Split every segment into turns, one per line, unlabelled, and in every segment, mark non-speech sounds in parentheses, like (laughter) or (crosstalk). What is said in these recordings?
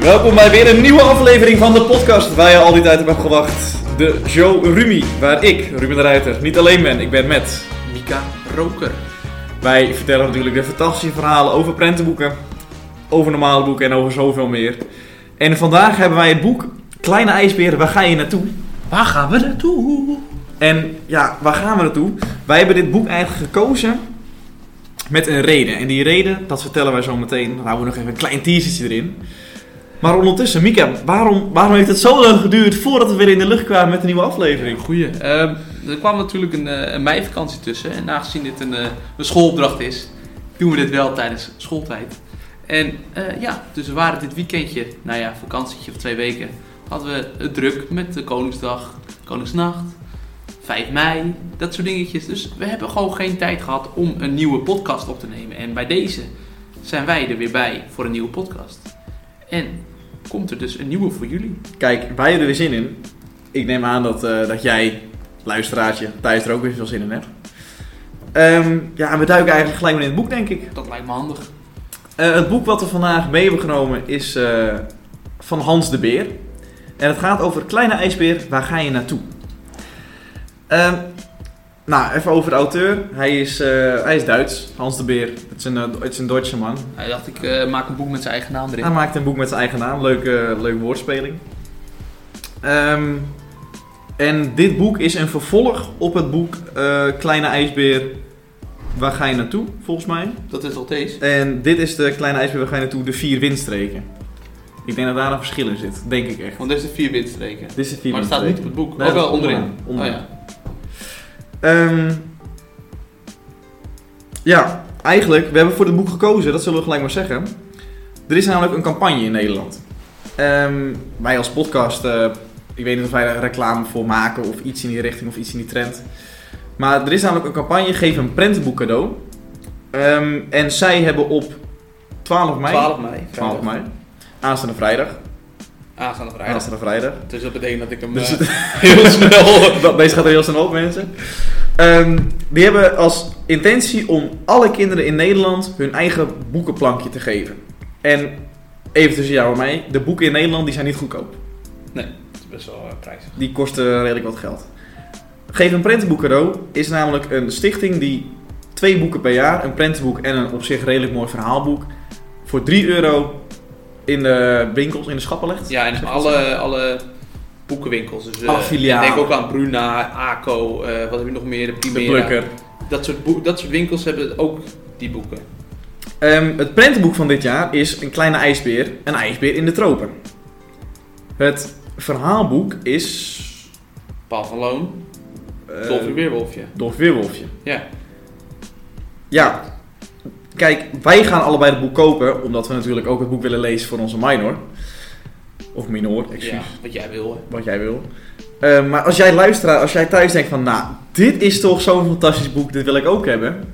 Welkom bij weer een nieuwe aflevering van de podcast waar je al die tijd op hebt gewacht. De show Rumi, waar ik, Ruben de Ruiter, niet alleen ben. Ik ben met
Mika Roker.
Wij vertellen natuurlijk de fantastische verhalen over prentenboeken, over normale boeken en over zoveel meer. En vandaag hebben wij het boek Kleine IJsbeer, waar ga je naartoe?
Waar gaan we naartoe?
En ja, waar gaan we naartoe? Wij hebben dit boek eigenlijk gekozen met een reden. En die reden, dat vertellen wij zo meteen. Dan houden we nog even een klein teasertje erin. Maar ondertussen, Mika, waarom, waarom heeft het zo lang geduurd voordat we weer in de lucht kwamen met een nieuwe aflevering?
Goeie. Ehm, er kwam natuurlijk een, eh, een meivakantie tussen. En aangezien dit een, eh, een schoolopdracht is, doen we dit wel tijdens schooltijd. En eh, ja, dus we waren dit weekendje, nou ja, vakantietje of twee weken, hadden we het druk met de Koningsdag, Koningsnacht, 5 mei, dat soort dingetjes. Dus we hebben gewoon geen tijd gehad om een nieuwe podcast op te nemen. En bij deze zijn wij er weer bij voor een nieuwe podcast. En komt er dus een nieuwe voor jullie.
Kijk, wij hebben er weer zin in. Ik neem aan dat, eh, dat jij, luisteraartje, Thijs er ook weer veel zin in hebt. Ehm, ja, en we duiken eigenlijk gelijk maar in het boek, denk ik.
Dat lijkt me handig.
Eh, het boek wat we vandaag mee hebben genomen is eh, van Hans de Beer. En het gaat over Kleine IJsbeer, waar ga je naartoe? Ehm, nou, even over de auteur. Hij is, eh, hij is Duits, Hans de Beer. Het is een, eh, het is een Duitse man.
Hij dacht, ik eh, maak een boek met zijn eigen naam erin.
Hij maakt een boek met zijn eigen naam. Leuke, leuke woordspeling. Ehm, en dit boek is een vervolg op het boek eh, Kleine IJsbeer, waar ga je naartoe, volgens mij.
Dat is al deze.
En dit is de kleine ijsbeer waar ga je naartoe, de vier windstreken. Ik denk dat daar een verschil in zit, denk ik echt.
Want deze vier windstreken.
Dit is de vier
Maar het staat niet op
windstreken.
het boek.
Nee,
ook
dat
wel
is
onderin.
onderaan, onderaan.
Oh ja.
Ehm, ja, eigenlijk, we hebben voor dit boek gekozen, dat zullen we gelijk maar zeggen. Er is namelijk een campagne in Nederland. Ehm, wij als podcast, eh, ik weet niet of wij daar reclame voor maken of iets in die richting of iets in die trend. Maar er is namelijk een campagne, geef een prentenboek cadeau. Ehm, en zij hebben op 12 mei,
12 mei.
12 mei aanstaande vrijdag,
Aanstaande vrijdag.
aanstaande vrijdag,
Dus dat betekent dat ik hem
Dus
eh, heel snel...
Dat- Deze gaat er heel snel op, mensen. Ehm, die hebben als intentie om alle kinderen in Nederland hun eigen boekenplankje te geven. En even tussen jou en mij, de boeken in Nederland die zijn niet goedkoop.
Dat is best wel eh, prijs.
Die kosten redelijk wat geld. Geef een prentenboek cadeau is namelijk een stichting die twee boeken per jaar, een prentenboek en een op zich redelijk mooi verhaalboek, voor 3 euro in de winkels, in de schappen legt.
Ja,
(laughs)
en
Zeg ik
alle, alle boekenwinkels. Dus, eh,
Alle filialen.
Denk ook aan Bruna, Ako, eh, wat heb je nog meer? De
De
Primera.
plukker.
dat, soort boek- dat soort winkels hebben ook die boeken.
Ehm, het prentenboek van dit jaar is Een kleine ijsbeer, een ijsbeer in de tropen. Het verhaalboek is...
Paul van Loon,
eh,
Dolphy Weerwolfje.
Dolf Weerwolfje.
Ja.
Ja, kijk, wij gaan allebei het boek kopen, omdat we natuurlijk ook het boek willen lezen voor onze minor. Of minor, excuus,
ja, wat jij wil. hè.
wat jij wil. Ehm, maar als jij luisteraar, als jij thuis denkt van, nou, dit is toch zo'n fantastisch boek, dit wil ik ook hebben.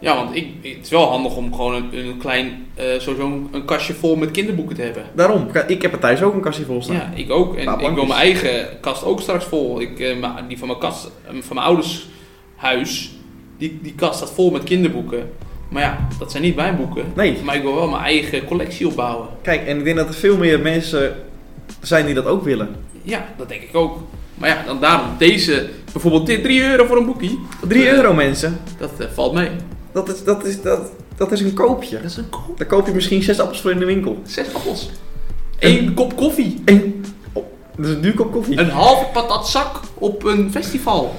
Ja, want ik, het is wel handig om gewoon een, een klein, eh, sowieso een, een kastje vol met kinderboeken te hebben.
Daarom, ka- ik heb er thuis ook een kastje vol staan.
Ja, ik ook. En
Paar
ik wil
bankjes.
mijn eigen kast ook straks vol. Ik, eh, ma- die van mijn, kast, eh, van mijn ouders huis, die, die kast staat vol met kinderboeken. Maar ja, dat zijn niet mijn boeken.
Nee,
Maar ik wil wel mijn eigen collectie opbouwen.
kijk, en ik denk dat er veel meer mensen zijn die dat ook willen.
Ja, dat denk ik ook. Maar ja, dan daarom deze, bijvoorbeeld dit 3 euro voor een boekie. dat,
3
eh,
euro mensen,
Dat eh, valt mee.
dat is, dat, is, dat, dat is een koopje.
Dat is een koop.
Daar koop je misschien zes appels voor in de winkel.
Zes appels. Eén kop koffie.
En oh, dat is een duur kop koffie.
Een halve patatzak op een (laughs) festival.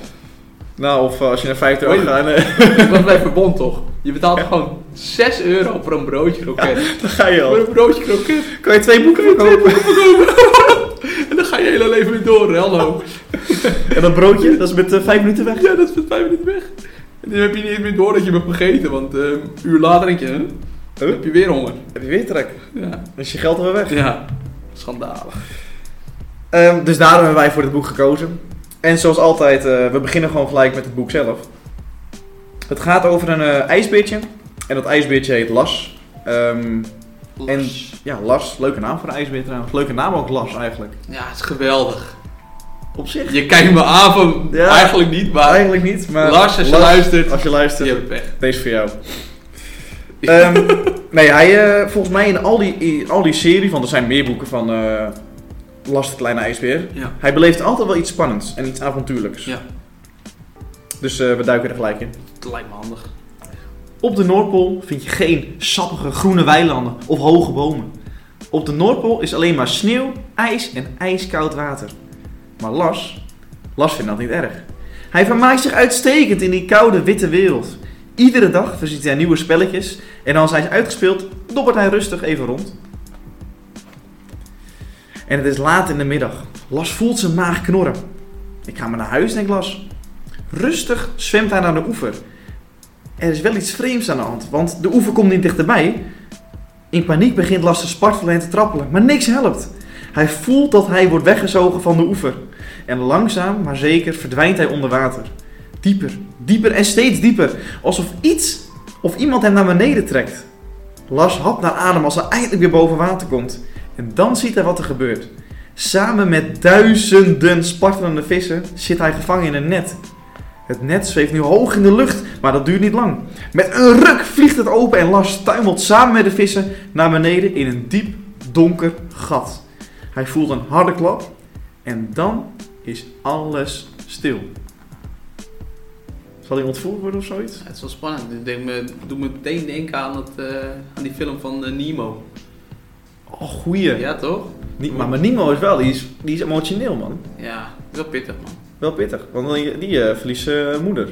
Nou, of eh, als je naar 50 euro
Oei.
gaat, eh,
Dat blijft verbond toch? Je betaalt gewoon 6 euro voor een broodje kroket.
eh, (laughs) dan ga je
Voor
al.
een broodje kroket.
Kan je twee boeken verkopen?
En dan ga je hele leven weer door, hè, hallo.
(laughs) En dat broodje, dat is met eh, vijf minuten weg.
Ja, dat is met 5 minuten weg. En dan heb je niet eens meer door dat je hem hebt gegeten, want eh, een uur later denk je, hè, dan
Huh?
heb je weer honger.
Heb je weer trek?
Ja.
Dan is je geld alweer weg.
Ja. Schandalig.
Ehm, dus daarom hebben wij voor dit boek gekozen. En zoals altijd, eh, we beginnen gewoon gelijk met het boek zelf. Het gaat over een eh, ijsbeertje. En dat ijsbeertje heet Las. Ehm, En- ja, Las, leuke naam voor een ijsbeer trouwens. Leuke naam ook, Las eigenlijk.
Ja, het is geweldig.
Op zich.
Je kijkt me aan van,
Ja.
eigenlijk niet, maar
Eigenlijk niet, maar...
Lars, als je luistert,
Als je
je
luistert,
(laughs) hebt pech.
deze is voor jou. Ehm, nee, hij, eh, volgens mij in al die, in al die serie, want er zijn meer boeken van eh Lastig Kleine IJsbeer.
Ja.
Hij beleeft altijd wel iets spannends en iets avontuurlijks.
Ja.
Dus eh, we duiken er gelijk in.
Dat lijkt me handig.
Op de Noordpool vind je geen sappige groene weilanden of hoge bomen. Op de Noordpool is alleen maar sneeuw, ijs en ijskoud water. Maar Lars, Lars vindt dat niet erg. Hij vermaakt zich uitstekend in die koude witte wereld. Iedere dag verziet hij nieuwe spelletjes en als hij is uitgespeeld, dobbert hij rustig even rond. En het is laat in de middag. Lars voelt zijn maag knorren. Ik ga maar naar huis, denkt Lars. Rustig zwemt hij naar de oever. Er is wel iets vreemds aan de hand, want de oever komt niet dichterbij. In paniek begint Lars te spartelen en te trappelen, maar niks helpt. Hij voelt dat hij wordt weggezogen van de oever. En langzaam, maar zeker, verdwijnt hij onder water. Dieper, dieper en steeds dieper. Alsof iets of iemand hem naar beneden trekt. Lars hapt naar adem als hij eindelijk weer boven water komt. En dan ziet hij wat er gebeurt. Samen met duizenden spartelende vissen zit hij gevangen in een net. Het net zweeft nu hoog in de lucht, maar dat duurt niet lang. Met een ruk vliegt het open en Lars tuimelt samen met de vissen naar beneden in een diep, donker gat. Hij voelt een harde klap en dan is alles stil. Zal hij ontvoerd worden of zoiets?
Ja, het is wel spannend. Dit deed me, doet me meteen denken aan, dat, eh, aan die film van eh, Nemo.
Oh, goeie.
Ja, toch?
Nie- maar, maar Nemo is wel, die is, die is emotioneel man.
Ja, wel pittig man.
Wel pittig, want die, die eh, verliest eh, moeder,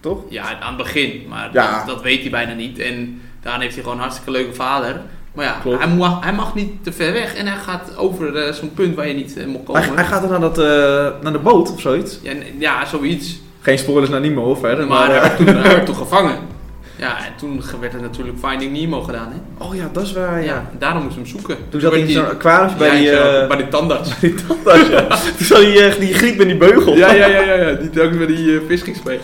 toch?
Ja, aan het begin, maar
Ja.
dat, dat weet hij bijna niet. En daarna heeft hij gewoon een hartstikke leuke vader. Maar ja,
Klopt.
hij mag, hij mag niet te ver weg en hij gaat over eh, zo'n punt waar je niet eh, mocht komen.
Hij, hij gaat dan naar, dat, eh, naar de boot of zoiets.
Ja, n- ja, zoiets.
Geen spoilers naar Nemo of verder,
Maar
maar...
hij
eh,
werd, toen, hij werd toen gevangen. Ja, en toen ge- werd er natuurlijk Finding Nemo gedaan, hè?
(laughs) oh ja, dat is waar, ja.
en daarom moesten we hem zoeken.
Toen zat hij
werd
in zo'n aquarium bij
ja,
die...
ik zou-
eh,
bij die
(laughs)
tandarts.
die tandarts, ja. Toen zat die, eh, die griep met die beugel.
ja, ja, ja, ja, ja, die telkens met die eh, vis ging spelen.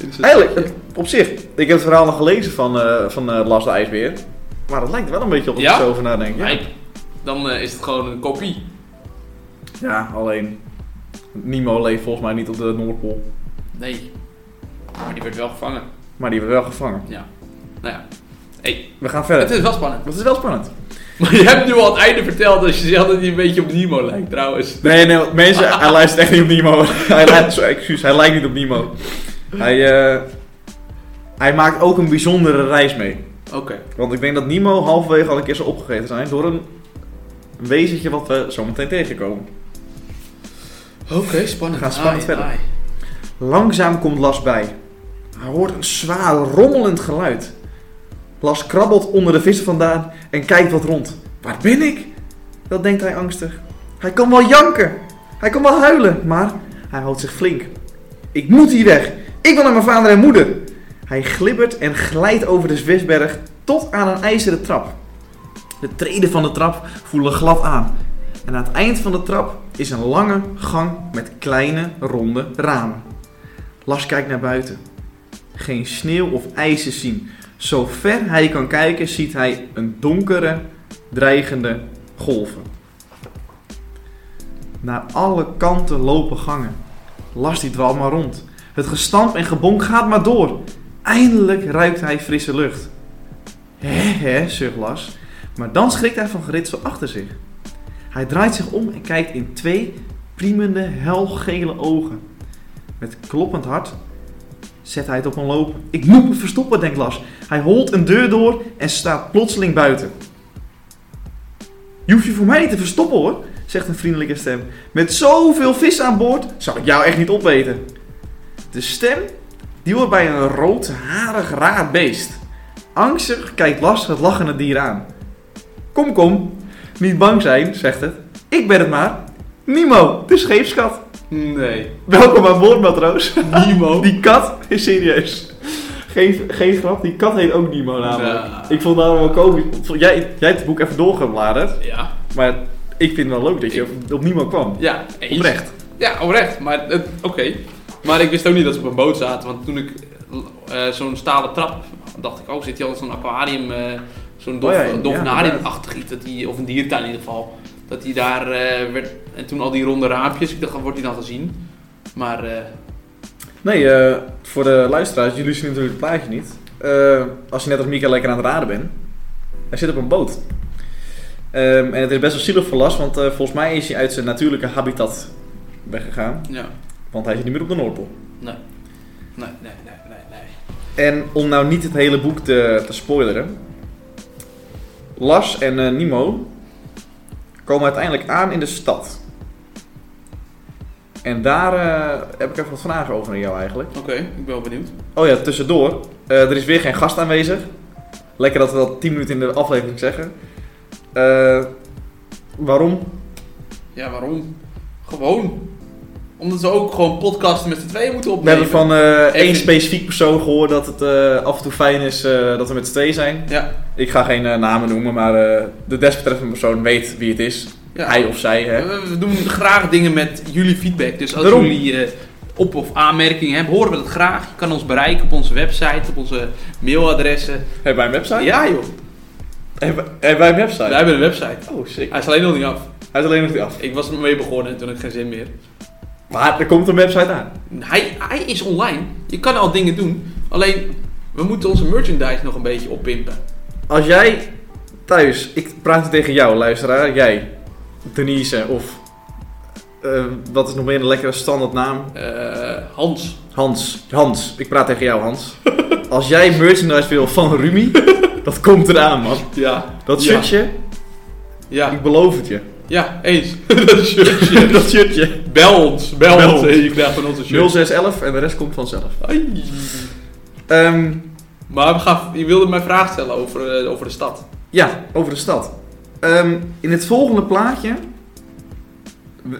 In zo'n
(laughs) Eigenlijk,
zakje.
het- op zich, ik heb het verhaal nog gelezen van, eh van eh, Lars de IJsbeer. Maar dat lijkt wel een beetje op als
Ja?
ik zo over nadenk. Ja,
Kijk, dan eh, is het gewoon een kopie.
ja alleen... Nemo leeft volgens mij niet op de Noordpool.
Nee. Maar die werd wel gevangen.
Maar die hebben we wel gevangen.
Ja. Nou ja,
We gaan
het
verder.
is wel spannend.
Dat is wel spannend.
Maar je hebt nu al het einde verteld als je zegt dat hij een beetje op Nemo lijkt, trouwens.
Nee, nee, want mensen, hij lijkt echt niet op (laughs) Nemo. hij lijkt, sorry, excuus, hij lijkt niet op Nemo. Hij, eh, hij maakt ook een bijzondere reis mee.
Oké.
Want ik denk dat Nemo halverwege al een keer zou opgegeten zijn door een wezentje wat we zometeen tegenkomen.
Oké, spannend.
We gaan spannend
Ai,
verder.
ai.
Langzaam komt Las bij. Hij hoort een zwaar rommelend geluid. Las krabbelt onder de vissen vandaan en kijkt wat rond. Waar ben ik? Dat denkt hij angstig. Hij kan wel janken. Hij kan wel huilen, maar hij houdt zich flink. Ik moet hier weg. Ik wil naar mijn vader en moeder. Hij glibbert en glijdt over de Zwisberg tot aan een ijzeren trap. De treden van de trap voelen glad aan. En aan het eind van de trap is een lange gang met kleine ronde ramen. Lars kijkt naar buiten. Geen sneeuw of ijs te zien. Zo ver hij kan kijken ziet hij een donkere, dreigende golven. Naar alle kanten lopen gangen. Lars die dwaalt maar rond. Het gestamp en gebonk gaat maar door. Eindelijk ruikt hij frisse lucht. Hè, hè, zucht Lars. Maar dan schrikt hij van geritsel achter zich. Hij draait zich om en kijkt in twee priemende, helgele ogen. Met kloppend hart zet hij het op een lopen. Ik moet me verstoppen, denkt Lars. Hij holt een deur door en staat plotseling buiten. Je hoeft je voor mij niet te verstoppen hoor, zegt een vriendelijke stem. Met zoveel vis aan boord zou ik jou echt niet opeten. De stem, die hoort bij een roodharig raar beest. Angstig kijkt Lars het lachende dier aan. Kom, kom, niet bang zijn, zegt het. Ik ben het maar. Nemo, de scheepskat.
Nee.
Welkom aan boord, matroos.
(laughs) Nemo.
Oh, Die kat is serieus. Geen, geen grap, die kat heet ook Nemo namelijk.
Ja.
Ik vond het daarom wel komisch. Vond- Jij, jij hebt het boek even doorgebladerd.
Ja.
Maar ik vind het wel leuk dat je op, op Nemo kwam.
Ja. eens.
Oprecht.
Ja, oprecht. Maar het- oké. Maar ik wist ook niet dat ze op een boot zaten. Want toen ik eh, zo'n stalen trap... dacht ik, oh, zit hier al in zo'n aquarium... eh, zo'n dof,
Oh ja, ja,
dolfinarium-achtig iets. Dat die, of een diertuin in ieder geval. Dat hij daar eh, werd... En toen al die ronde raampjes. Ik dacht, wordt hij dan gezien? Maar eh,
Nee, eh, voor de luisteraars, jullie zien natuurlijk het plaatje niet. eh, als je net als Mika lekker aan het raden bent, hij zit op een boot. Ehm, en het is best wel zielig voor Lars, want eh, volgens mij is hij uit zijn natuurlijke habitat weggegaan.
Ja.
Want hij zit niet meer op de Noordpool.
Nee. Nee, nee, nee, nee, nee.
En om nou niet het hele boek te, te spoileren. Lars en eh, Nemo komen uiteindelijk aan in de stad. En daar eh, heb ik even wat vragen over aan jou eigenlijk.
Oké, ik ben wel benieuwd.
Oh ja, tussendoor. eh, er is weer geen gast aanwezig. Lekker dat we dat 10 minuten in de aflevering zeggen. Eh, waarom?
Ja, waarom? Gewoon. Omdat we ook gewoon podcasten met z'n tweeën moeten
We
opnemen.
hebben van eh, één
Even-
specifiek persoon gehoord dat het eh, af en toe fijn is eh, dat we met z'n twee zijn.
Ja.
Ik ga geen eh, namen noemen, maar eh, de desbetreffende persoon weet wie het is.
ja.
Hij of zij, hè.
We, we doen graag dingen met jullie feedback. Dus als
Daarom.
jullie eh, op- of aanmerkingen hebben, horen we dat graag. Je kan ons bereiken op onze website, op onze mailadressen.
Hebben wij een website?
Ja joh,
Hebben, hebben wij een website?
wij hebben een website.
Oh, sick.
Hij is alleen nog niet af.
Hij is alleen nog niet af.
Ik was ermee begonnen en toen had ik geen zin meer.
Maar er komt een website aan.
Hij, hij is online. Je kan al dingen doen. Alleen, we moeten onze merchandise nog een beetje oppimpen.
Als jij thuis, ik praat tegen jou, luisteraar, jij, Denise of eh, wat is nog meer een lekkere standaardnaam?
Eh, Hans.
Hans. Hans, ik praat tegen jou,
(laughs)
Hans. Als jij merchandise wil van Rumi, dat komt eraan, man.
Ja.
Dat
Ja.
shirtje,
Ja,
ik beloof het je.
ja eens. (laughs) dat shirtje.
dat (laughs) shirtje.
Bel ons, bel,
Bel
ons.
ons.
En je krijgt van ons een shirt.
0611 en de rest komt vanzelf.
Ai.
Ehm,
Maar we gaan, je wilde mij vraag stellen over, eh, over de stad.
ja, over de stad. Ehm, in het volgende plaatje,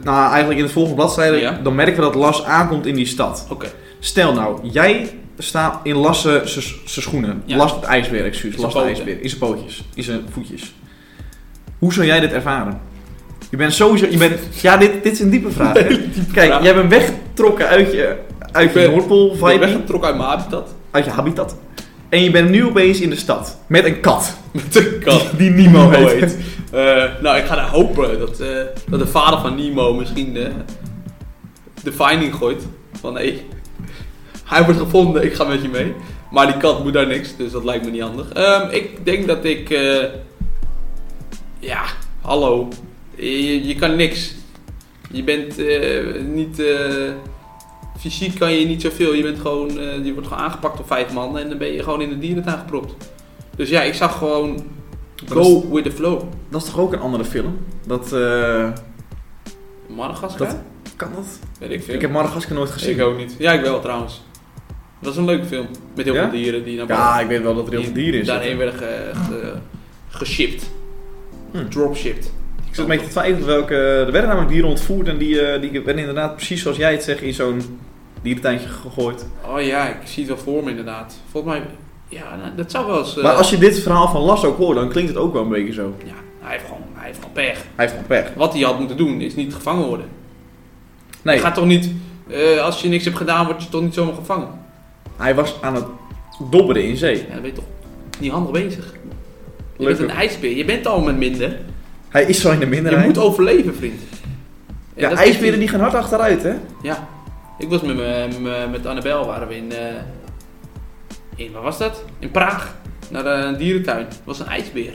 nou eigenlijk in het volgende bladzijde,
Ja.
dan merken we dat Las aankomt in die stad.
Oké.
Stel nou, jij staat in Las' zijn schoenen.
Ja.
Las het ijsbeer, excuus.
In
Las
zijn
het
poten.
ijsbeer. In zijn pootjes. In zijn voetjes. Hoe zou jij dit ervaren? Je bent sowieso... Je bent, ja, dit, dit is een diepe vraag. hè?
(laughs)
Kijk,
vraag.
jij bent weggetrokken uit je, uit je
ben-
Noordpool
Ik ben
vibe,
weggetrokken uit mijn habitat.
uit je habitat. En je bent nu opeens in de stad. Met een kat.
(laughs) Met een kat.
Die Nemo
Nemo
heet.
heet. Eh, nou, ik ga daar hopen dat, eh, dat de vader van Nemo misschien eh, de finding gooit. Van hé, hij wordt gevonden, ik ga met je mee. Maar die kat moet daar niks, dus dat lijkt me niet handig. Ehm, ik denk dat ik. eh, ja, hallo. Je, je kan niks. Je bent eh, niet. eh, fysiek kan je niet zoveel. Je, bent gewoon, eh, je wordt gewoon aangepakt door vijf man en dan ben je gewoon in de dierentuin gepropt. Dus ja, ik zag gewoon Go with the flow.
Dat is toch ook een andere film? Dat, eh,
Madagaskar?
Dat- kan dat?
Weet ik veel.
Ik heb Madagaskar nooit gezien.
Ik ook niet. Ja, ik wel trouwens. Dat is een leuke film. Met heel
Ja?
veel dieren die naar
Ja, ik weet wel dat er heel veel dieren in zitten.
Daarheen werden ge, ge- geshipped.
Hm.
Dropshipped.
Ik zat een beetje te twijfelen welke... Er werden namelijk dieren ontvoerd en die, eh, die werden inderdaad precies zoals jij het zegt in zo'n dierentuintje gegooid.
Oh ja, ik zie het wel voor me inderdaad. Volgens mij... Ja, nou, dat zou wel eens... eh,
Maar als je dit verhaal van Las ook hoort, dan klinkt het ook wel een beetje zo.
Ja, hij heeft, gewoon, hij heeft gewoon pech.
Hij heeft gewoon pech.
Wat hij had moeten doen is niet gevangen worden.
Nee,
Je gaat toch niet... eh, als je niks hebt gedaan, word je toch niet zomaar gevangen.
hij was aan het dobberen in zee.
Ja, dan ben je toch niet handig bezig. Je
Leuk
bent een
ook.
ijsbeer. Je bent al met minder.
Hij is zo in de
Je
minderheid.
moet overleven, vriend. En
ja,
dat
ijsberen
is-
die gaan hard achteruit, hè?
Ja. Ik was met, me- me- met Annabel, waren we in, eh, in... Waar was dat? In Praag. Naar eh, een dierentuin. Dat was een ijsbeer.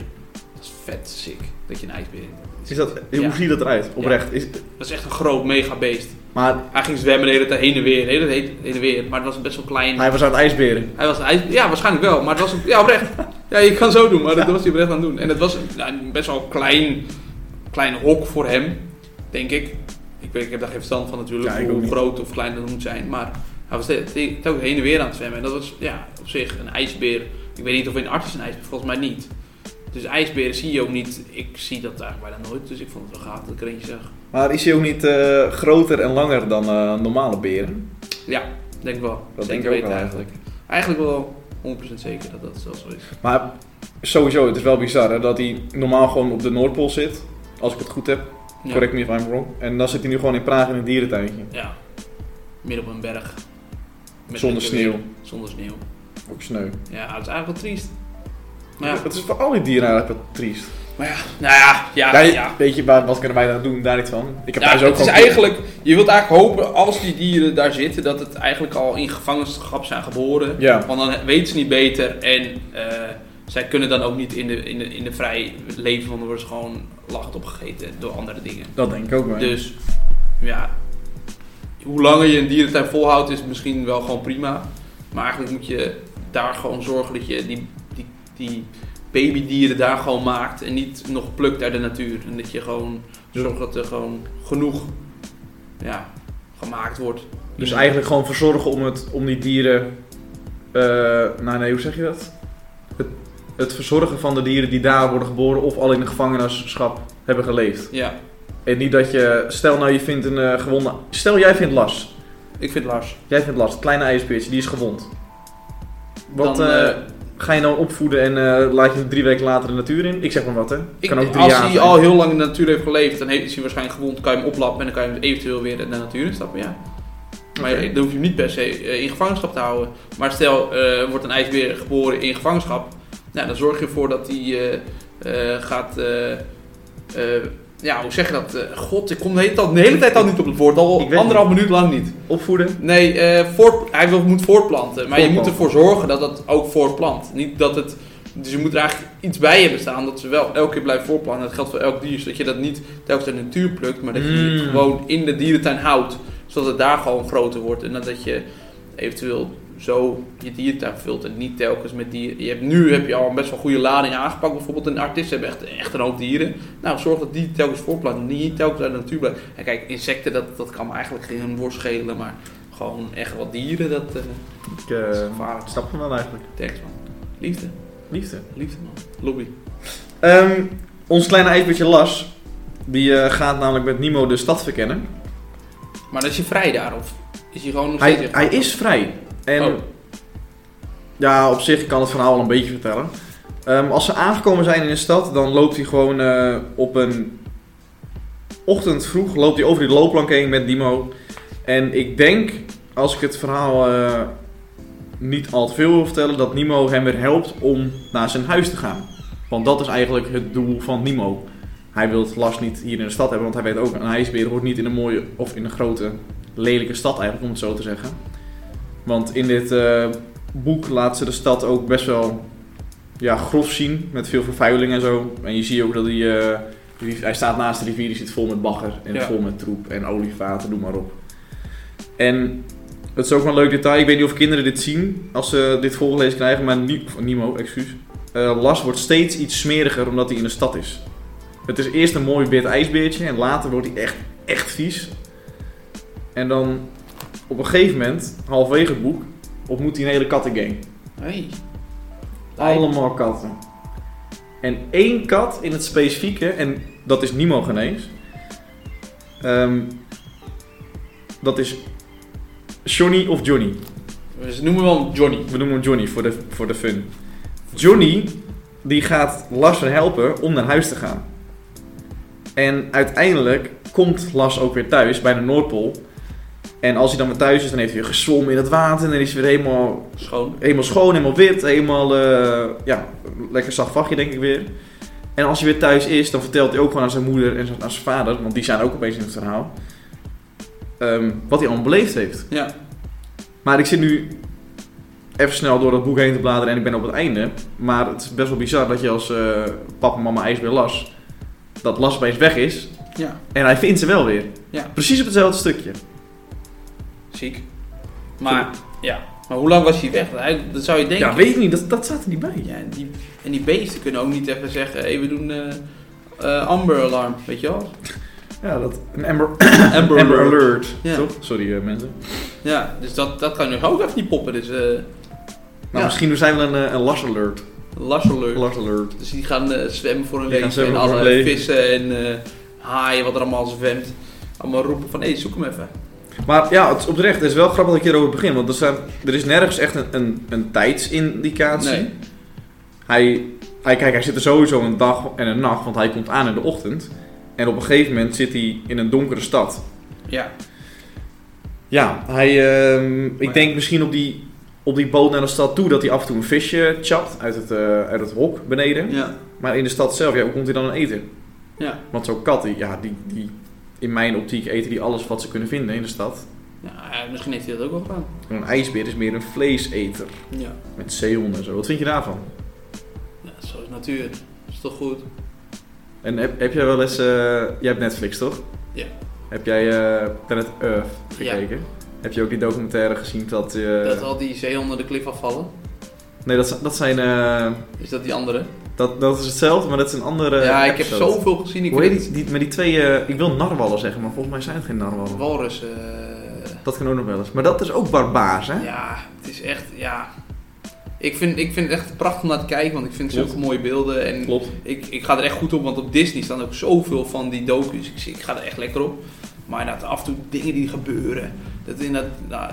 Dat is vet sick, dat je een ijsbeer hebt.
Is dat,
Ja.
Hoe ziet dat eruit? Oprecht. Is,
Dat is echt een groot megabeest.
maar
Hij ging zwemmen de hele tijd heen en weer, de hele tijd heen en weer. Maar het was best wel klein.
hij was aan het ijsberen.
Hij was een ijs... Ja, waarschijnlijk wel. Maar het was... een- Ja, oprecht. Ja, je kan zo doen. Maar dat was hij oprecht aan het doen. En het was een- nou, een best wel klein, klein hok voor hem. Denk ik. Ik, weet, ik heb daar geen verstand van natuurlijk.
Ja, ik ook
hoe
niet.
groot of klein dat moet zijn. Maar hij was te- te- telkens heen en weer aan het zwemmen. En dat was ja, op zich een ijsbeer. Ik weet niet of in Arctis een ijsbeer... Volgens mij niet. Dus ijsberen zie je ook niet. Ik zie dat eigenlijk bijna nooit. Dus ik vond het wel gaaf dat ik er eentje zag.
Maar is hij ook niet eh, groter en langer dan eh, normale beren?
Ja, denk ik wel.
Dat
Zeker
denk ik ook
weten
wel eigenlijk.
Eigenlijk wel 100% zeker dat dat zelfs zo is.
Maar sowieso, het is wel bizar hè, dat hij normaal gewoon op de Noordpool zit. Als ik het goed heb.
Ja.
Correct me if I'm wrong. En dan zit hij nu gewoon in Praag in een dierentuintje.
Ja, midden op een berg. Met
Zonder
lekker weer.
sneeuw.
Zonder sneeuw.
Ook sneu.
Ja, dat is eigenlijk wel triest. Maar ja,
Het is voor al die dieren eigenlijk wat triest.
Maar ja, nou ja, ja,
Wij-
ja.
Weet je, wa- wat kunnen wij nou doen? Daar iets van. Ik heb
Ja,
thuis ook
het is
gewoon...
eigenlijk, je wilt eigenlijk hopen als die dieren daar zitten, dat het eigenlijk al in gevangenschap zijn geboren.
Ja.
Want dan weten ze niet beter en eh, zij kunnen dan ook niet in de, in de, in de vrij leven, want dan worden ze gewoon lachend opgegeten door andere dingen.
Dat denk ik ook wel.
Dus ja, hoe langer je een dierentuin volhoudt is misschien wel gewoon prima. Maar eigenlijk moet je daar gewoon zorgen dat je die, die, die babydieren daar gewoon maakt en niet nog plukt uit de natuur. En dat je gewoon
Dus-
zorgt dat er gewoon genoeg ja, gemaakt wordt.
Dus eigenlijk gewoon verzorgen om, het, om die dieren. eh nou nee, hoe zeg je dat? Het, het verzorgen van de dieren die daar worden geboren of al in de gevangenschap hebben geleefd.
Ja,
En niet dat je, stel nou je vindt een eh, gewonde. Stel jij vindt Lars.
ik vind Lars.
Jij vindt Lars, het kleine ijsbeertje, die is gewond. Wat
Dan,
eh,
eh,
ga je nou opvoeden en eh, laat je hem drie weken later de natuur in? Ik zeg maar wat hè.
Ik,
kan ook drie
als
jaar.
hij
zijn.
al heel lang in de natuur heeft geleefd, dan heeft- is hij waarschijnlijk gewond. Kan je hem oplappen en dan kan je hem eventueel weer naar de natuur instappen. Ja. Maar
Oké.
je- dan hoef je hem niet per se eh, in gevangenschap te houden. Maar stel, eh, wordt een ijsbeer geboren in gevangenschap. Nou, dan zorg je ervoor dat hij eh, eh, gaat... eh, eh, ja, hoe zeg je dat? Eh, God, ik kom de hele, tijd, de hele tijd al niet op het woord.
Ik
Al
weet
anderhalf minuut lang niet.
Opvoeden.
Nee, eh, voort- hij wil, moet voortplanten. Maar je moet
Voortplanten.
ervoor zorgen dat dat ook voortplant. Niet dat het... Dus je moet er eigenlijk iets bij hebben staan dat ze wel elke keer blijven voortplanten. Dat geldt voor elk dier. Zodat je dat niet telkens uit de natuur plukt, maar dat je het
Mm.
gewoon in de dierentuin houdt. Zodat het daar gewoon groter wordt. En dat je eventueel zo je dierentuin vult en niet telkens met dieren. Je hebt, nu heb je al een best wel goede lading aangepakt. Bijvoorbeeld een artiest hebben echt, echt een hoop dieren. Nou, zorg dat die telkens voortplanten. Niet telkens uit de natuur blijven. En kijk, insecten, dat, dat kan me eigenlijk geen worst schelen. Maar gewoon echt wat dieren, dat eh
Ik eh,
is gevaarlijk.
snap hem wel eigenlijk.
Thanks, man. Liefde.
Liefde.
Liefde, man. Lobby.
Ehm, ons kleine ijsbeertje Lars, die eh, gaat namelijk met Nemo de stad verkennen.
Maar is je vrij daar? Of is hij gewoon nog
Hij,
steeds echt-
hij is vrij. En
Oh.
ja, op zich ik kan het verhaal wel een beetje vertellen. Ehm, als ze aangekomen zijn in de stad, dan loopt hij gewoon eh, op een ochtend vroeg loopt hij over die loopplank heen met Nemo. En ik denk, als ik het verhaal eh, niet al te veel wil vertellen, dat Nemo hem weer helpt om naar zijn huis te gaan. Want dat is eigenlijk het doel van Nemo. Hij wil het last niet hier in de stad hebben, want hij weet ook, een ijsbeer hoort niet in een mooie of in een grote lelijke stad eigenlijk, om het zo te zeggen. Want in dit eh, boek laat ze de stad ook best wel ja, grof zien, met veel vervuiling en zo. En je ziet ook dat hij, eh, die riv- hij staat naast de rivier, die zit vol met bagger en
Ja.
vol met troep en olievaten, noem maar op. En het is ook wel een leuk detail, ik weet niet of kinderen dit zien als ze dit voorgelezen krijgen, maar Ni- of Nemo, excuus. Eh, Lars wordt steeds iets smeriger omdat hij in de stad is. Het is eerst een mooi wit ijsbeertje en later wordt hij echt, echt vies. En dan op een gegeven moment, halverwege het boek, ontmoet hij een hele kattengang.
Hey.
Allemaal katten. En één kat in het specifieke, en dat is Nemo genees. Ehm, dat is Johnny of Johnny.
Ze noemen hem wel Johnny.
We noemen hem Johnny voor de, voor de fun. Johnny die gaat Lars weer helpen om naar huis te gaan. En uiteindelijk komt Lars ook weer thuis bij de Noordpool. En als hij dan weer thuis is, dan heeft hij weer gezwommen in het water. En dan is hij weer helemaal,
Schoon.
helemaal schoon, helemaal wit. Helemaal, eh, ja, lekker zacht vachtje denk ik weer. En als hij weer thuis is, dan vertelt hij ook gewoon aan zijn moeder en aan zijn vader. Want die zijn ook opeens in het verhaal. ehm, wat hij allemaal beleefd heeft.
Ja.
Maar ik zit nu even snel door dat boek heen te bladeren en ik ben op het einde. Maar het is best wel bizar dat je als eh, papa en mama ijsbeer Las, dat Las opeens weg is.
Ja.
En hij vindt ze wel weer.
Ja.
Precies op hetzelfde stukje.
Ziek. Maar, ja. Maar hoe lang was hij weg? Hij- Dat zou je denken.
ja, weet ik niet. Dat, dat staat er niet bij.
Ja, en die, en die beesten kunnen ook niet even zeggen, hey, we doen eh, eh, Amber Alarm, weet je wel?
Ja, dat... Een Amber,
Amber,
(coughs) Amber Alert.
Ja.
Toch? Sorry eh, mensen.
Ja, dus dat, dat kan je ook even niet poppen, dus eh
Nou,
Ja.
misschien zijn we een, eh, een Las Alert.
Lars Alert.
Las Alert.
Dus die gaan eh, zwemmen voor een
Die gaan
leven en
zwemmen voor
alle
hun leven.
vissen en eh, haaien, wat er allemaal zwemt. Allemaal roepen van, hé, hey, zoek hem even.
Maar ja, het is oprecht. Het is wel grappig dat ik hierover begin. Want er, zijn, er is nergens echt een, een, een tijdsindicatie.
Nee.
Hij, hij, kijk, hij zit er sowieso een dag en een nacht, want hij komt aan in de ochtend. En op een gegeven moment zit hij in een donkere stad.
Ja,
Ja, hij, ehm, ik
ja.
denk misschien op die, op die boot naar de stad toe dat hij af en toe een visje chapt uit het, eh, uit het hok beneden.
ja.
Maar in de stad zelf, ja, hoe komt hij dan aan eten?
Ja.
Want zo'n kat, die, ja, die, die, in mijn optiek eten die alles wat ze kunnen vinden in de stad.
Ja, eh, misschien heeft hij dat ook wel gedaan.
En een ijsbeer is meer een vleeseter.
Ja.
Met zeehonden en zo. Wat vind je daarvan?
ja zo is natuur. Is toch goed?
En heb, heb jij wel eens... eh, jij hebt Netflix, toch?
Ja.
Heb jij eh, Planet Earth gekeken? Heb je ook die documentaire gezien dat... eh,
dat al die zeehonden de klif afvallen.
Nee, dat, zi- dat zijn... eh,
Is dat die andere?
dat, dat is hetzelfde, maar dat is een andere
ja, ik
Eh, episode.
heb zoveel gezien. Ik
Hoe heet
vind
die, die, met die twee... eh, ik wil narwallen zeggen, maar volgens mij zijn het geen narwallen.
het walrus. eh,
Dat kan ook nog wel eens. Maar dat is ook barbaars, hè?
Ja, het is echt, ja. Ik vind, ik vind het echt prachtig om naar te kijken, want ik vind zulke mooie beelden. En
Klopt.
ik, ik ga er echt goed op, want op Disney staan ook zoveel van die docu's. Ik, zie- ik ga er echt lekker op. Maar inderdaad, af en toe dingen die gebeuren. Dat inderdaad, nou,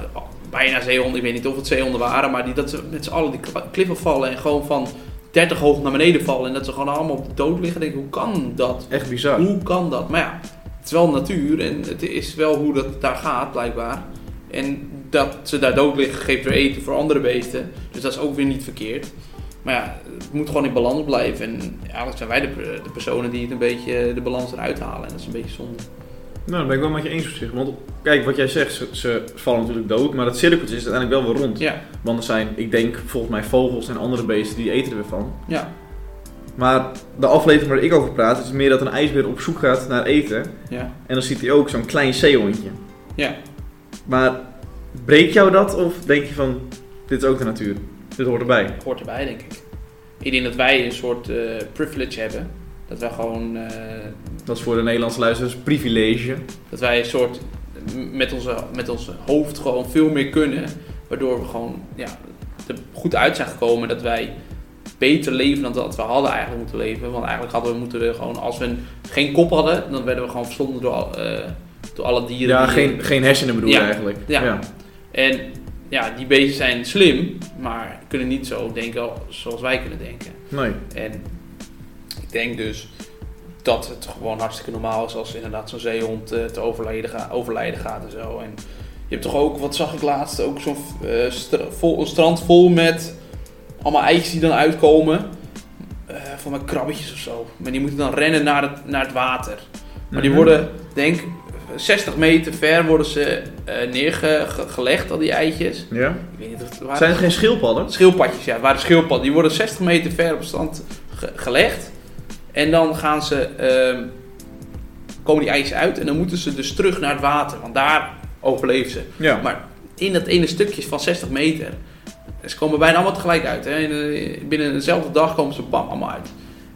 bijna zeehonden, ik weet niet of het zeehonden waren, maar die, dat ze met z'n allen die kla- kliffen vallen en gewoon van 30 hoog naar beneden vallen. En dat ze gewoon allemaal dood liggen. Ik denk, hoe kan dat?
Echt bizar.
Hoe kan dat? Maar ja, het is wel natuur en het is wel hoe dat daar gaat, blijkbaar. En dat ze daar dood liggen, geeft weer eten voor andere beesten. Dus dat is ook weer niet verkeerd. Maar ja, het moet gewoon in balans blijven. En eigenlijk zijn wij de, de personen die het een beetje de balans eruit halen. En dat is een beetje zonde.
Nou, dat ben ik wel met je eens op zich. Want kijk, wat jij zegt, ze, ze vallen natuurlijk dood, maar het cirkeltje is uiteindelijk wel weer rond.
Ja,
Want er zijn, ik denk, volgens mij vogels en andere beesten die eten er weer van.
ja,
Maar de aflevering waar ik over praat, is meer dat een ijsbeer op zoek gaat naar eten.
ja.
En dan ziet hij ook zo'n klein zeehondje.
Ja.
Maar breekt jou dat of denk je van, dit is ook de natuur? Dit hoort erbij.
Het hoort erbij, denk ik. Ik denk dat wij een soort eh, privilege hebben. Dat wij gewoon eh,
Dat is voor de Nederlandse luisteraars privilege.
Dat wij een soort m- met onze, met ons hoofd gewoon veel meer kunnen. Waardoor we gewoon ja, er goed uit zijn gekomen dat wij beter leven dan dat we hadden eigenlijk moeten leven. Want eigenlijk hadden we moeten we gewoon, als we een- geen kop hadden, dan werden we gewoon verslonden door, al- eh, door alle dieren.
Ja,
die-
geen, geen hersenen bedoel je
Ja.
eigenlijk.
Ja. En ja, die beesten zijn slim, maar kunnen niet zo denken zoals wij kunnen denken.
Nee.
En ik denk dus dat het gewoon hartstikke normaal is als inderdaad zo'n zeehond eh, te overlijden, ga- overlijden gaat en zo. En je hebt toch ook, wat zag ik laatst, ook zo'n eh, stra- vol- een strand vol met allemaal eitjes die dan uitkomen. Eh van mijn krabbetjes of zo. Maar die moeten dan rennen naar het, naar het water. Maar die
Mhm.
worden, denk 60 meter ver worden ze eh, neergelegd, al die eitjes.
Ja.
Ik weet niet of het waar
Zijn het geen schildpadden?
Schildpadjes, ja, het waren schildpadden. Die worden 60 meter ver op stand ge- gelegd. En dan gaan ze, ehm, komen die ijs uit en dan moeten ze dus terug naar het water. Want daar overleven ze.
Ja.
Maar in dat ene stukje van 60 meter, ze komen bijna allemaal tegelijk uit. Hè. En, eh, binnen dezelfde dag komen ze bam allemaal uit.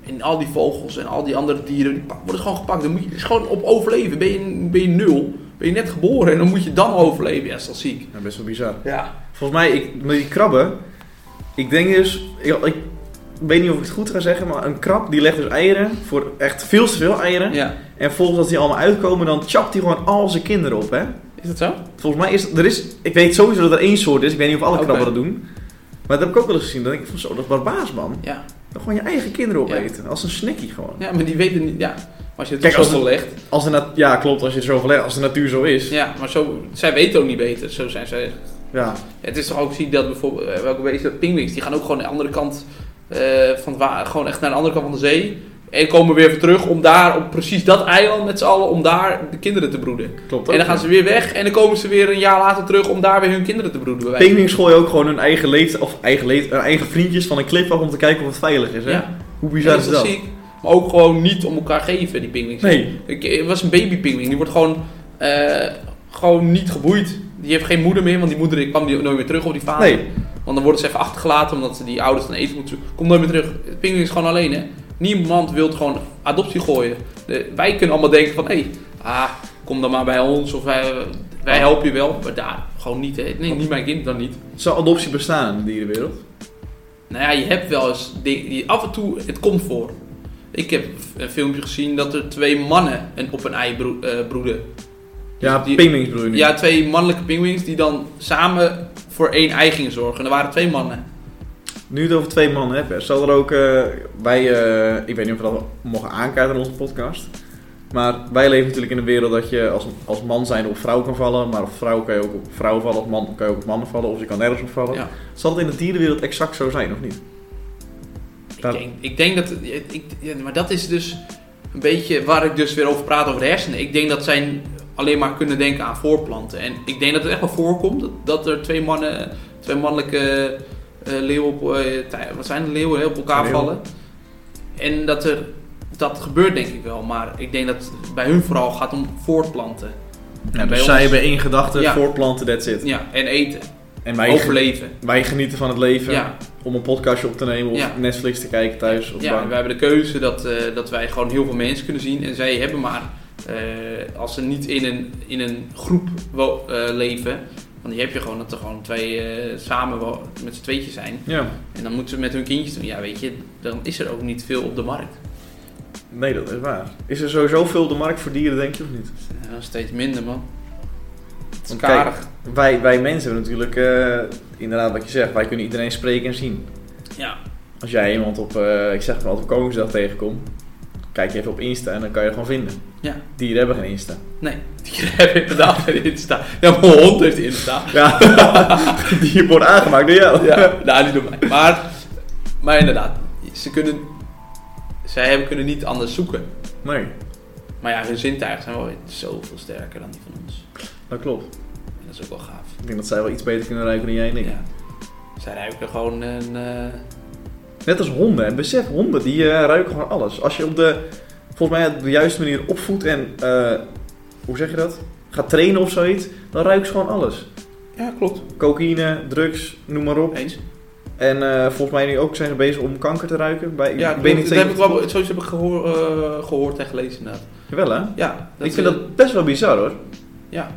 En al die vogels en al die andere dieren die pa- worden gewoon gepakt. Dan moet je het is gewoon op overleven. Ben je, ben je nul, ben je net geboren en dan moet je dan overleven. Ja, dat is wel ziek.
Ja, best wel bizar.
Ja.
Volgens mij, ik, met die krabben, ik denk dus, ik, ik weet niet of ik het goed ga zeggen, maar een krab die legt dus eieren, voor echt veel te veel eieren.
ja.
En volgens als die allemaal uitkomen, dan chapt hij gewoon al zijn kinderen op, hè.
Is dat zo?
Volgens mij is, er is, ik weet sowieso dat er één soort is, ik weet niet of alle
Oké.
krabben dat doen. Maar dat heb ik ook wel eens gezien, dan denk ik van zo, dat is barbaars, man.
Ja.
Dan gewoon je eigen kinderen opeten, als een snackie gewoon.
Ja, maar die weten niet. Ja, maar als je het
Kijk,
zo
als het-
verlegt.
Als de nat- ja klopt, als je het zo verlegt, als de natuur zo is. Ja.
Ja, maar zo, zij weten ook niet beter. Zo zijn zij. Het is toch ook ziek dat bijvoorbeeld eh, welke beesten, pinguïns, die gaan ook gewoon de andere kant eh, van het wa- gewoon echt naar de andere kant van de zee. En komen weer weer terug om daar op precies dat eiland met z'n allen om daar de kinderen te broeden.
klopt ook.
En dan gaan ze weer weg en dan komen ze weer een jaar later terug om daar weer hun kinderen te broeden. Bij wijze.
Pinguïns gooien ook gewoon hun eigen leed, of eigen leed, hun eigen vriendjes van een clip af om te kijken of het veilig is, hè.
Ja,
Hoe bizar is
toch
dat?
ziek? Maar ook gewoon niet om elkaar geven, die pinguïns.
Nee.
Ik, er was een babypingwing. Die wordt gewoon, eh, gewoon niet geboeid. Die heeft geen moeder meer, want die moeder die kwam die nooit meer terug op die vader.
Nee.
Want dan worden ze even achtergelaten omdat ze die ouders dan eten moeten zoeken. Kom nooit meer terug. Het pinguïn is gewoon alleen, hè. Niemand wil gewoon adoptie gooien. De- wij kunnen allemaal denken van, hé, hey, ah, kom dan maar bij ons. Of wij, wij helpen je wel. Maar daar, gewoon niet, hè. Nee, niet mijn kind, dan niet.
Zou adoptie bestaan in de dierenwereld?
Nou ja, je hebt wel eens dingen die af en toe, het komt voor. Ik heb een filmpje gezien dat er twee mannen een- op een ei broe- eh, broeden. Dus
Ja,
die-
pinguïns bedoel je nu?
Ja, twee mannelijke pinguïns die dan samen voor één ei gingen zorgen. En er waren twee mannen.
Nu het over twee mannen hebben. Zal er ook... eh, wij... eh, ik weet niet of we dat mogen aankaarten in onze podcast. Maar wij leven natuurlijk in een wereld dat je als, als man zijnde op vrouw kan vallen. Maar op vrouw kan je ook op vrouwen vallen. Als man kan je ook op mannen vallen. Of je kan nergens op vallen.
Ja.
Zal het in de dierenwereld exact zo zijn, of niet? Dat-
Ik, denk, ik denk dat. Ik, ja, maar dat is dus een beetje waar ik dus weer over praat over de hersenen. Ik denk dat zij alleen maar kunnen denken aan voorplanten. En ik denk dat het echt wel voorkomt dat, dat er twee mannen, twee mannelijke eh, leeuwen op, eh, tij- wat zijn het, leeuwen hè, op elkaar
Leeuwen.
vallen. En dat er dat gebeurt denk ik wel, maar ik denk dat het bij hun vooral gaat om voortplanten.
Ja,
bij
dus
ons-
zij hebben één gedachte,
Ja.
voorplanten, that's it.
Ja, en eten,
En wij,
overleven.
wij genieten van het leven
Ja,
om een podcastje op te nemen of
Ja.
Netflix te kijken thuis. Of
ja
waar.
en wij hebben de keuze dat, eh, dat wij gewoon heel veel mensen kunnen zien. En zij hebben maar, eh, als ze niet in een, in een groep wo- eh, leven, want die heb je gewoon dat er gewoon twee eh, samen wo- met z'n tweetjes zijn.
Ja.
En dan moeten ze met hun kindjes doen. Ja, weet je, dan is er ook niet veel op de markt.
nee, dat is waar. Is er sowieso veel op de markt voor dieren, denk je of niet?
Ja, steeds minder man. Het is
Want
karig.
Wij, wij mensen hebben natuurlijk, eh, inderdaad wat je zegt, wij kunnen iedereen spreken en zien.
Ja, (laughs)
Als jij iemand op, eh, ik zeg maar, altijd op Koningsdag tegenkomt, kijk je even op Insta en dan kan je er gewoon vinden.
Ja.
Dieren hebben geen Insta.
nee. Die hebben inderdaad een Insta. Ja, mijn hond heeft Insta.
Ja, (laughs) die wordt aangemaakt door jou.
Ja, nou, niet door mij. Maar, maar inderdaad, ze kunnen, zij hebben, kunnen niet anders zoeken.
Nee,
Maar ja, hun zintuigen zijn wel weer zoveel sterker dan die van ons.
dat klopt.
En dat is ook wel gaaf.
Ik denk dat zij wel iets beter kunnen ruiken dan jij en ik.
Ja. Zij ruiken gewoon een... eh,
Net als honden. En besef, honden die eh, ruiken gewoon alles. Als je op de, volgens mij op de juiste manier opvoedt en, eh, hoe zeg je dat? Gaat trainen of zoiets, dan ruiken ze gewoon alles.
Ja, klopt.
Cocaïne, drugs, noem maar op.
Eens.
En eh, volgens mij nu ook zijn ze bezig om kanker te ruiken. Bij,
Ja,
ik weet niet
dat heb
zeker.
ik wel, zoiets heb ik gehoor, eh, gehoord en gelezen inderdaad.
Jawel, hè?
Ja,
ik vind
eh,
dat best wel bizar hoor.
Ja,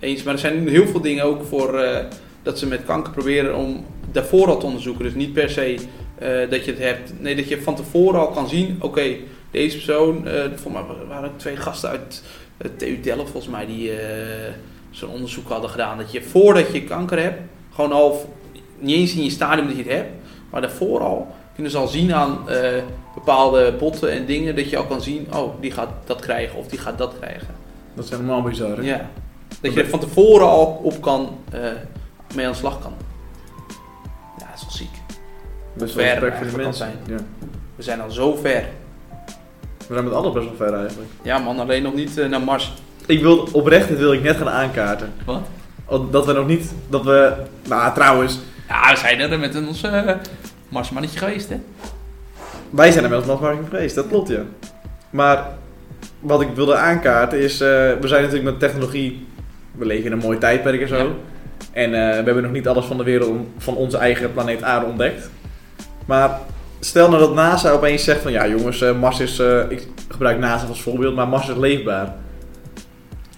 eens. Maar er zijn heel veel dingen ook voor eh, dat ze met kanker proberen om daarvoor al te onderzoeken. Dus niet per se eh, dat je het hebt. Nee, dat je van tevoren al kan zien. Oké, deze persoon. eh volgens mij wa- waren het twee gasten uit eh, TU Delft volgens mij die eh, zo'n onderzoek hadden gedaan. Dat je voordat je kanker hebt, gewoon al v- niet eens in je stadium dat je het hebt, maar daarvoor al kunnen ze al zien aan eh, bepaalde botten en dingen dat je al kan zien. Oh, die gaat dat krijgen of die gaat dat krijgen.
Dat is helemaal bizar. hè?
Ja. Dat je er van tevoren al op kan, eh, mee aan de slag kan. Ja, dat is wel ziek.
Best
Ver
wel respect voor de
eigenlijk
mensen.
altijd.
Ja.
We zijn al zo ver.
We zijn met alles best wel ver eigenlijk.
Ja man, alleen nog niet eh, naar Mars.
Ik wil oprecht, dit wil ik net gaan aankaarten.
Wat?
Want Dat we nog niet, dat we, nou trouwens,
Ja, we zijn er met ons eh marsmannetje geweest, hè?
wij zijn er wel nog maar in geweest, dat klopt ja. Maar wat ik wilde aankaarten is, eh, we zijn natuurlijk met technologie, we leven in een mooi tijdperk en zo.
Ja.
En eh, we hebben nog niet alles van de wereld, van onze eigen planeet aarde ontdekt. Maar stel nou dat NASA opeens zegt van, ja jongens, eh, Mars is, eh, ik gebruik NASA als voorbeeld, maar Mars is leefbaar.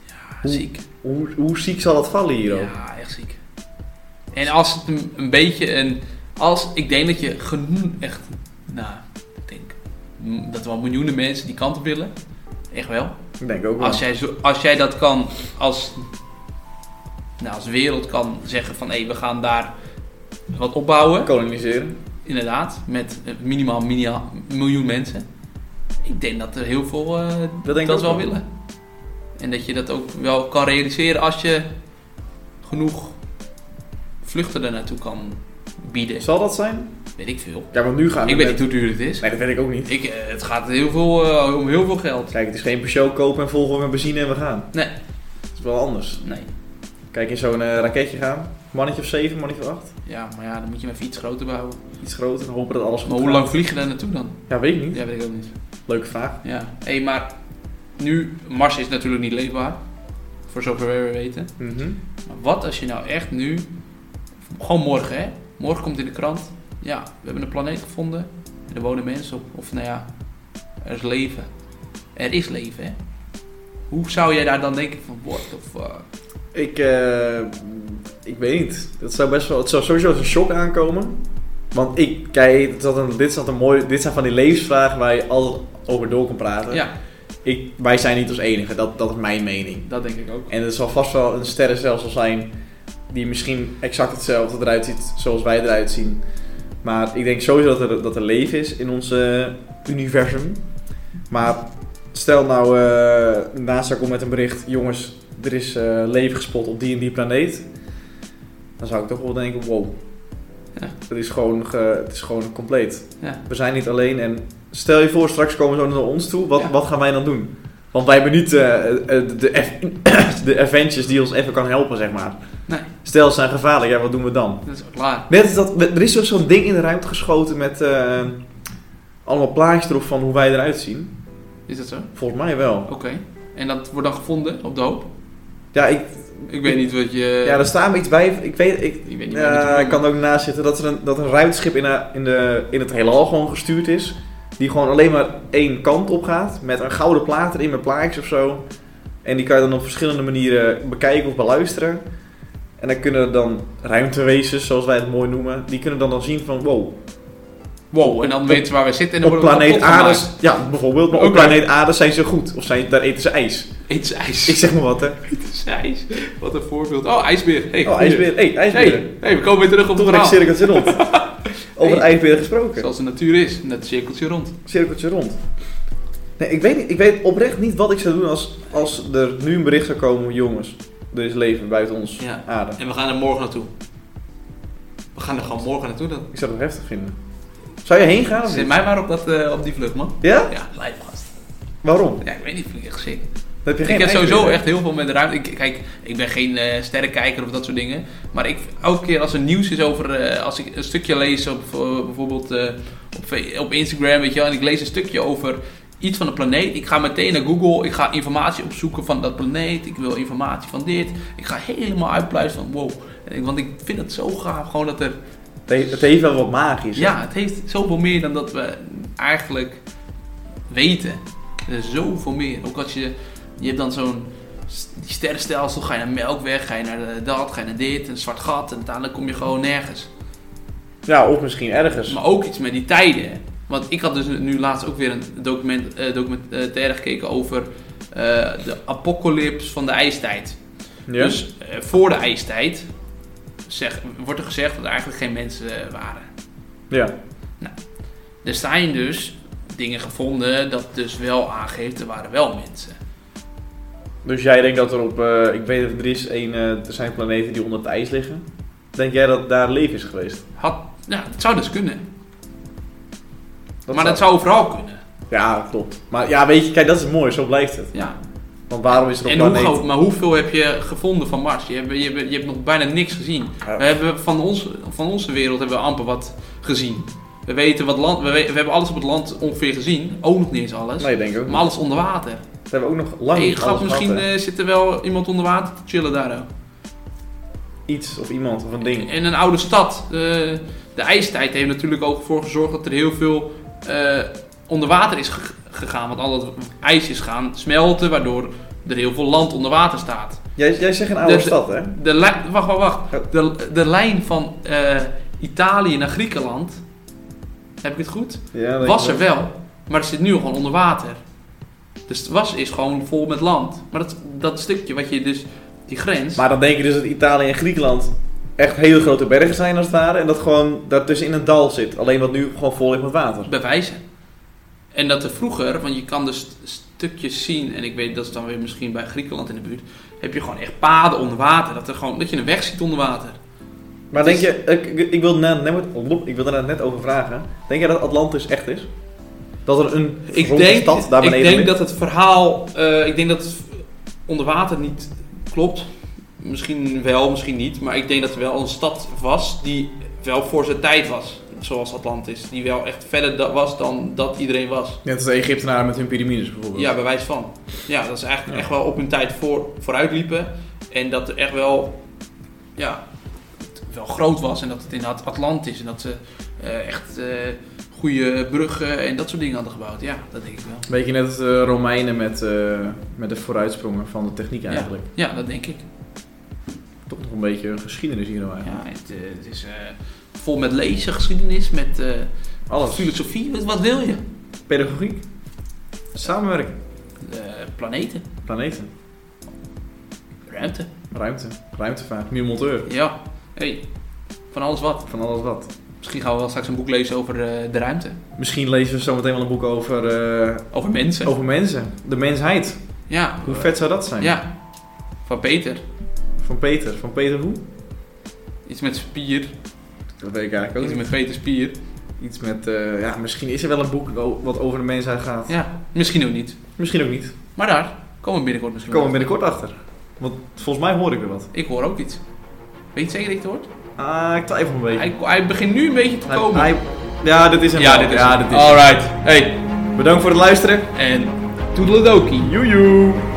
Ja,
Hoe-
ziek.
Hoe, hoe ziek zal dat vallen hierop?
Ja, echt ziek. En als het een, een beetje een... Als, ik denk dat je genoeg echt... Nou, ik denk mm, dat er wel miljoenen mensen die kant op willen. Echt wel.
Ik denk ook wel.
Als jij, zo, als jij dat kan als, nou, als wereld kan zeggen van... Hé, we gaan daar wat opbouwen.
Koloniseren.
Inderdaad. Met eh, minimaal, minimaal miljoen mensen. Ik denk dat er heel veel eh,
Dat denk ik
dat
ook
wel
wel.
willen. En dat je dat ook wel kan realiseren als je genoeg vluchten er naartoe kan bieden.
Zal dat zijn?
Weet ik veel.
Ja, want nu gaan we
Ik weet
met-
niet hoe duur het is.
Nee, dat weet ik ook niet.
Ik, eh, het gaat heel veel, eh, om heel veel geld.
Kijk, het is geen persoon kopen en volgen met benzine en we gaan.
Nee.
Het is wel anders.
Nee.
Kijk, in zo'n eh, raketje gaan. Mannetje of 7, mannetje of 8.
Ja, maar ja, dan moet je maar even iets groter bouwen.
Iets groter en hopen dat alles goed
Maar hoe
gaat.
lang vliegen we daar naartoe dan?
Ja, weet ik niet.
Ja, weet ik ook niet.
Leuke vraag.
Ja. Hé, maar nu, Mars is natuurlijk niet leefbaar. Voor zover we weten.
Mhm.
Maar wat als je nou echt nu, gewoon morgen hè, morgen komt in de krant, ja, we hebben een planeet gevonden en er wonen mensen op. Of nou ja, er is leven. Er is leven hè. Hoe zou jij daar dan denken van, what the fuck?
Ik, eh, ik weet niet. Dat zou best wel, het zou sowieso als een shock aankomen. Want ik, kijk, dat een, dit, is altijd een mooi, dit zijn van die levensvragen waar je altijd over door kan praten.
Ja,
Ik, wij zijn niet als enige, dat, dat is mijn mening.
dat denk ik ook.
En het zal vast wel een sterrenstelsel zijn die misschien exact hetzelfde eruit ziet zoals wij eruit zien. Maar ik denk sowieso dat er, dat er leven is in ons eh, universum. Maar stel nou, eh NASA komt met een bericht, jongens, er is eh, leven gespot op die en die planeet. Dan zou ik toch wel denken, wow,
Ja.
Het, is gewoon ge- het is gewoon compleet.
Ja.
We zijn niet alleen en stel je voor, straks komen ze ook naar ons toe. Wat,
Ja.
wat gaan wij dan doen? Want wij hebben niet eh, eh, de, ev- (clears throat) de Avengers die ons even kan helpen, zeg maar.
Nee.
Stel, ze zijn gevaarlijk, ja, wat doen we dan?
Dat is klaar.
Net als dat, er is zo- zo'n ding in de ruimte geschoten met eh, allemaal plaatjes erop van hoe wij eruit zien.
Is dat zo? Oké.
Volgens mij wel.
En dat wordt dan gevonden op de hoop?
Ja, ik,
Ik weet niet wat je...
ja er staat me iets bij. Ik weet, ik,
Ik weet niet waar je
eh,
het
ik kan er ook naast zitten dat er een, dat een ruimteschip in, de- in, de, in het heelal gewoon gestuurd is. Die gewoon alleen maar één kant op gaat. Met een gouden plaat erin met plaatjes of zo. En die kan je dan op verschillende manieren bekijken of beluisteren. En dan kunnen dan ruimtewezens, zoals wij het mooi noemen, die kunnen dan dan zien van wow,
Wow, en dan
Op-
weten ze waar we zitten en dan
op
worden we
planeet
kapot
Aarde.
gemaakt.
Ja, bijvoorbeeld. Maar
Oké.
op planeet Aarde zijn ze goed. Of zijn, daar eten ze ijs.
Eet ze ijs.
Ik zeg maar wat, hè.
Eet ze ijs. Wat een voorbeeld. Oh, ijsbeer. Hey,
oh,
goeie.
ijsbeer. Hé, hey, ijsbeer.
Hey, hey, we komen weer terug op het
Toch een
verhaal.
cirkeltje rond.
(laughs)
Over
Hey.
ijsbeer gesproken.
Zoals de natuur is, net een cirkeltje rond.
Cirkeltje rond. Nee, ik weet, niet, ik weet oprecht niet wat ik zou doen als, als er nu een bericht zou komen. Jongens, er is leven buiten ons
Ja.
aarde.
En we gaan er morgen naartoe. We gaan er gewoon morgen naartoe dan.
Ik zou dat heftig vinden. Zou je heen gaan of
Zet
niet?
mij maar op, dat, eh, op die vlucht, man.
Ja?
Ja, lijfgast.
Waarom? Dan
Ja, ik weet niet, vind ik echt zin.
heb je geen
Ik heb
ijsbeer.
sowieso echt heel veel met de ruimte. Ik, kijk, ik ben geen eh, sterrenkijker of dat soort dingen. Maar ik, elke keer als er nieuws is over... eh, als ik een stukje lees op eh, bijvoorbeeld eh, op, Fe- op Instagram, weet je wel. En ik lees een stukje over iets van een planeet. Ik ga meteen naar Google. Ik ga informatie opzoeken van dat planeet. Ik wil informatie van dit. Ik ga helemaal uitpluizen van wow. En ik- Want ik vind het zo gaaf gewoon dat er...
Het heeft, het heeft wel wat magisch. hè?
Ja, het heeft zoveel meer dan dat we eigenlijk weten. Er is zoveel meer. Ook als je, je hebt dan zo'n s- die sterrenstelsel, ga je naar Melkweg, ga je naar eh, dat, ga je naar dit, een zwart gat en uiteindelijk kom je gewoon nergens.
ja, of misschien ergens.
Maar ook iets met die tijden. hè. Want ik had dus nu laatst ook weer een document, eh, documentaire gekeken over eh, de apocalyps van de ijstijd.
Ja.
Dus eh, voor de ijstijd zeg, wordt er gezegd dat er eigenlijk geen mensen eh, waren.
ja.
Er zijn dus dingen gevonden dat dus wel aangeeft, er waren wel mensen.
Dus jij denkt dat er op, eh, ik weet het, er is een, eh, er zijn planeten die onder het ijs liggen. Denk jij dat daar leven is geweest?
Had, ja, het zou dus kunnen.
Dat
maar dat zou overal kunnen.
Ja, klopt. Maar ja, weet je, kijk, dat is mooi, zo blijft het.
Ja.
Want waarom is er op
En hoe,
planeet...
groot- maar hoeveel heb je gevonden van Mars? Je hebt, je hebt, je hebt nog bijna niks gezien.
Ja.
We hebben van, ons, van onze wereld hebben we amper wat gezien. We, weten wat land, we, we- we hebben alles op het land ongeveer gezien. Ook nog niet eens alles.
Nee, denk ik ook niet.
Maar alles onder water.
Dat hebben we ook nog lang
Hey,
niet alles
grap,
gehad,
misschien
hè.
eh, zit er wel iemand onder water te chillen daar ook. eh,
Iets of iemand of een ding.
En een oude stad. Eh, de ijstijd heeft natuurlijk ook voor gezorgd dat er heel veel eh, onder water is geg- gegaan. Want al dat ijs is gaan smelten, waardoor er heel veel land onder water staat.
Jij, jij zegt een oude
Dat-
stad, hè?
De lijn- wacht, wacht,
Ja.
wacht. De, de lijn van eh, Italië naar Griekenland, heb ik het goed?
Ja, dat
Was
Oh, ik-
er wel, maar het zit nu gewoon onder water. Dus het was is gewoon vol met land. Maar dat, dat stukje wat je dus, die grens...
Maar dan denk je dus dat Italië en Griekenland echt hele grote bergen zijn als het ware. En dat gewoon daartussen in een dal zit. Alleen wat nu gewoon vol ligt met water.
bewijzen. En dat er vroeger, want je kan dus st- stukjes zien, en ik weet dat is dan weer misschien bij Griekenland in de buurt, heb je gewoon echt paden onder water. Dat, er gewoon, dat je een weg ziet onder water.
Maar
Het
denk je, ik, ik, ik wil net, net- ik wil daar net over vragen. Denk jij dat Atlantis echt is? Dat er een
Ik
verrotte
denk,
stad daar
ik
beneden
denk
ligt?
dat het verhaal, eh, ik denk dat het onder water niet klopt. Misschien wel, misschien niet. Maar ik denk dat er wel een stad was die wel voor zijn tijd was. Zoals Atlantis. Die wel echt verder da- was dan dat iedereen was.
Net als de Egyptenaren met hun piramides bijvoorbeeld.
Ja, bewijs van. Ja, dat ze eigenlijk
Ja.
echt wel op hun tijd voor, vooruit liepen. En dat er echt wel, ja, het wel groot was. En dat het inderdaad Atlantis. En dat ze eh, echt eh, goede bruggen en dat soort dingen hadden gebouwd. Ja, dat denk ik wel.
Weet je net als de Romeinen met, eh, met de vooruitsprongen van de techniek eigenlijk.
Ja, dat denk ik.
Toch nog een beetje geschiedenis hier nou eigenlijk.
Ja, het, eh, het is eh, vol met lezen, geschiedenis, met eh,
Alles.
filosofie. Wat, wat wil je?
Pedagogiek. Samenwerking.
Eh, planeten,
Planeten.
ruimte.
Ruimte. Ruimtevaart. Meer monteur.
Ja, hey, van alles wat.
Van alles wat.
Misschien gaan we wel straks een boek lezen over eh, de ruimte.
Misschien lezen we zometeen wel een boek over, eh,
Over mensen.
over mensen. De mensheid.
Ja,
Hoe vet zou dat zijn?
Ja, van Peter.
Van Peter. Van Peter hoe?
Iets met spier.
Dat weet ik eigenlijk ook
Iets
niet.
met Peter Spier.
Iets met, eh, ja, misschien is er wel een boek wo- wat over de mensheid gaat.
Ja,
Misschien ook niet.
Misschien ook niet.
Maar daar komen we binnenkort misschien
Daar komen we
wel.
binnenkort achter. Want volgens mij hoor ik weer wat.
Ik hoor ook iets. Weet je het zeker dat je het hoort?
Ah, ik twijfel een beetje.
Hij, hij begint nu een beetje te
Hij-
komen.
hij- ja, dit is hem.
ja,
wel.
dit is
ja,
hem. Oh.
dit is hem.
Alright. Hey,
Bedankt voor het luisteren.
en toedeledokie.
Joejoe.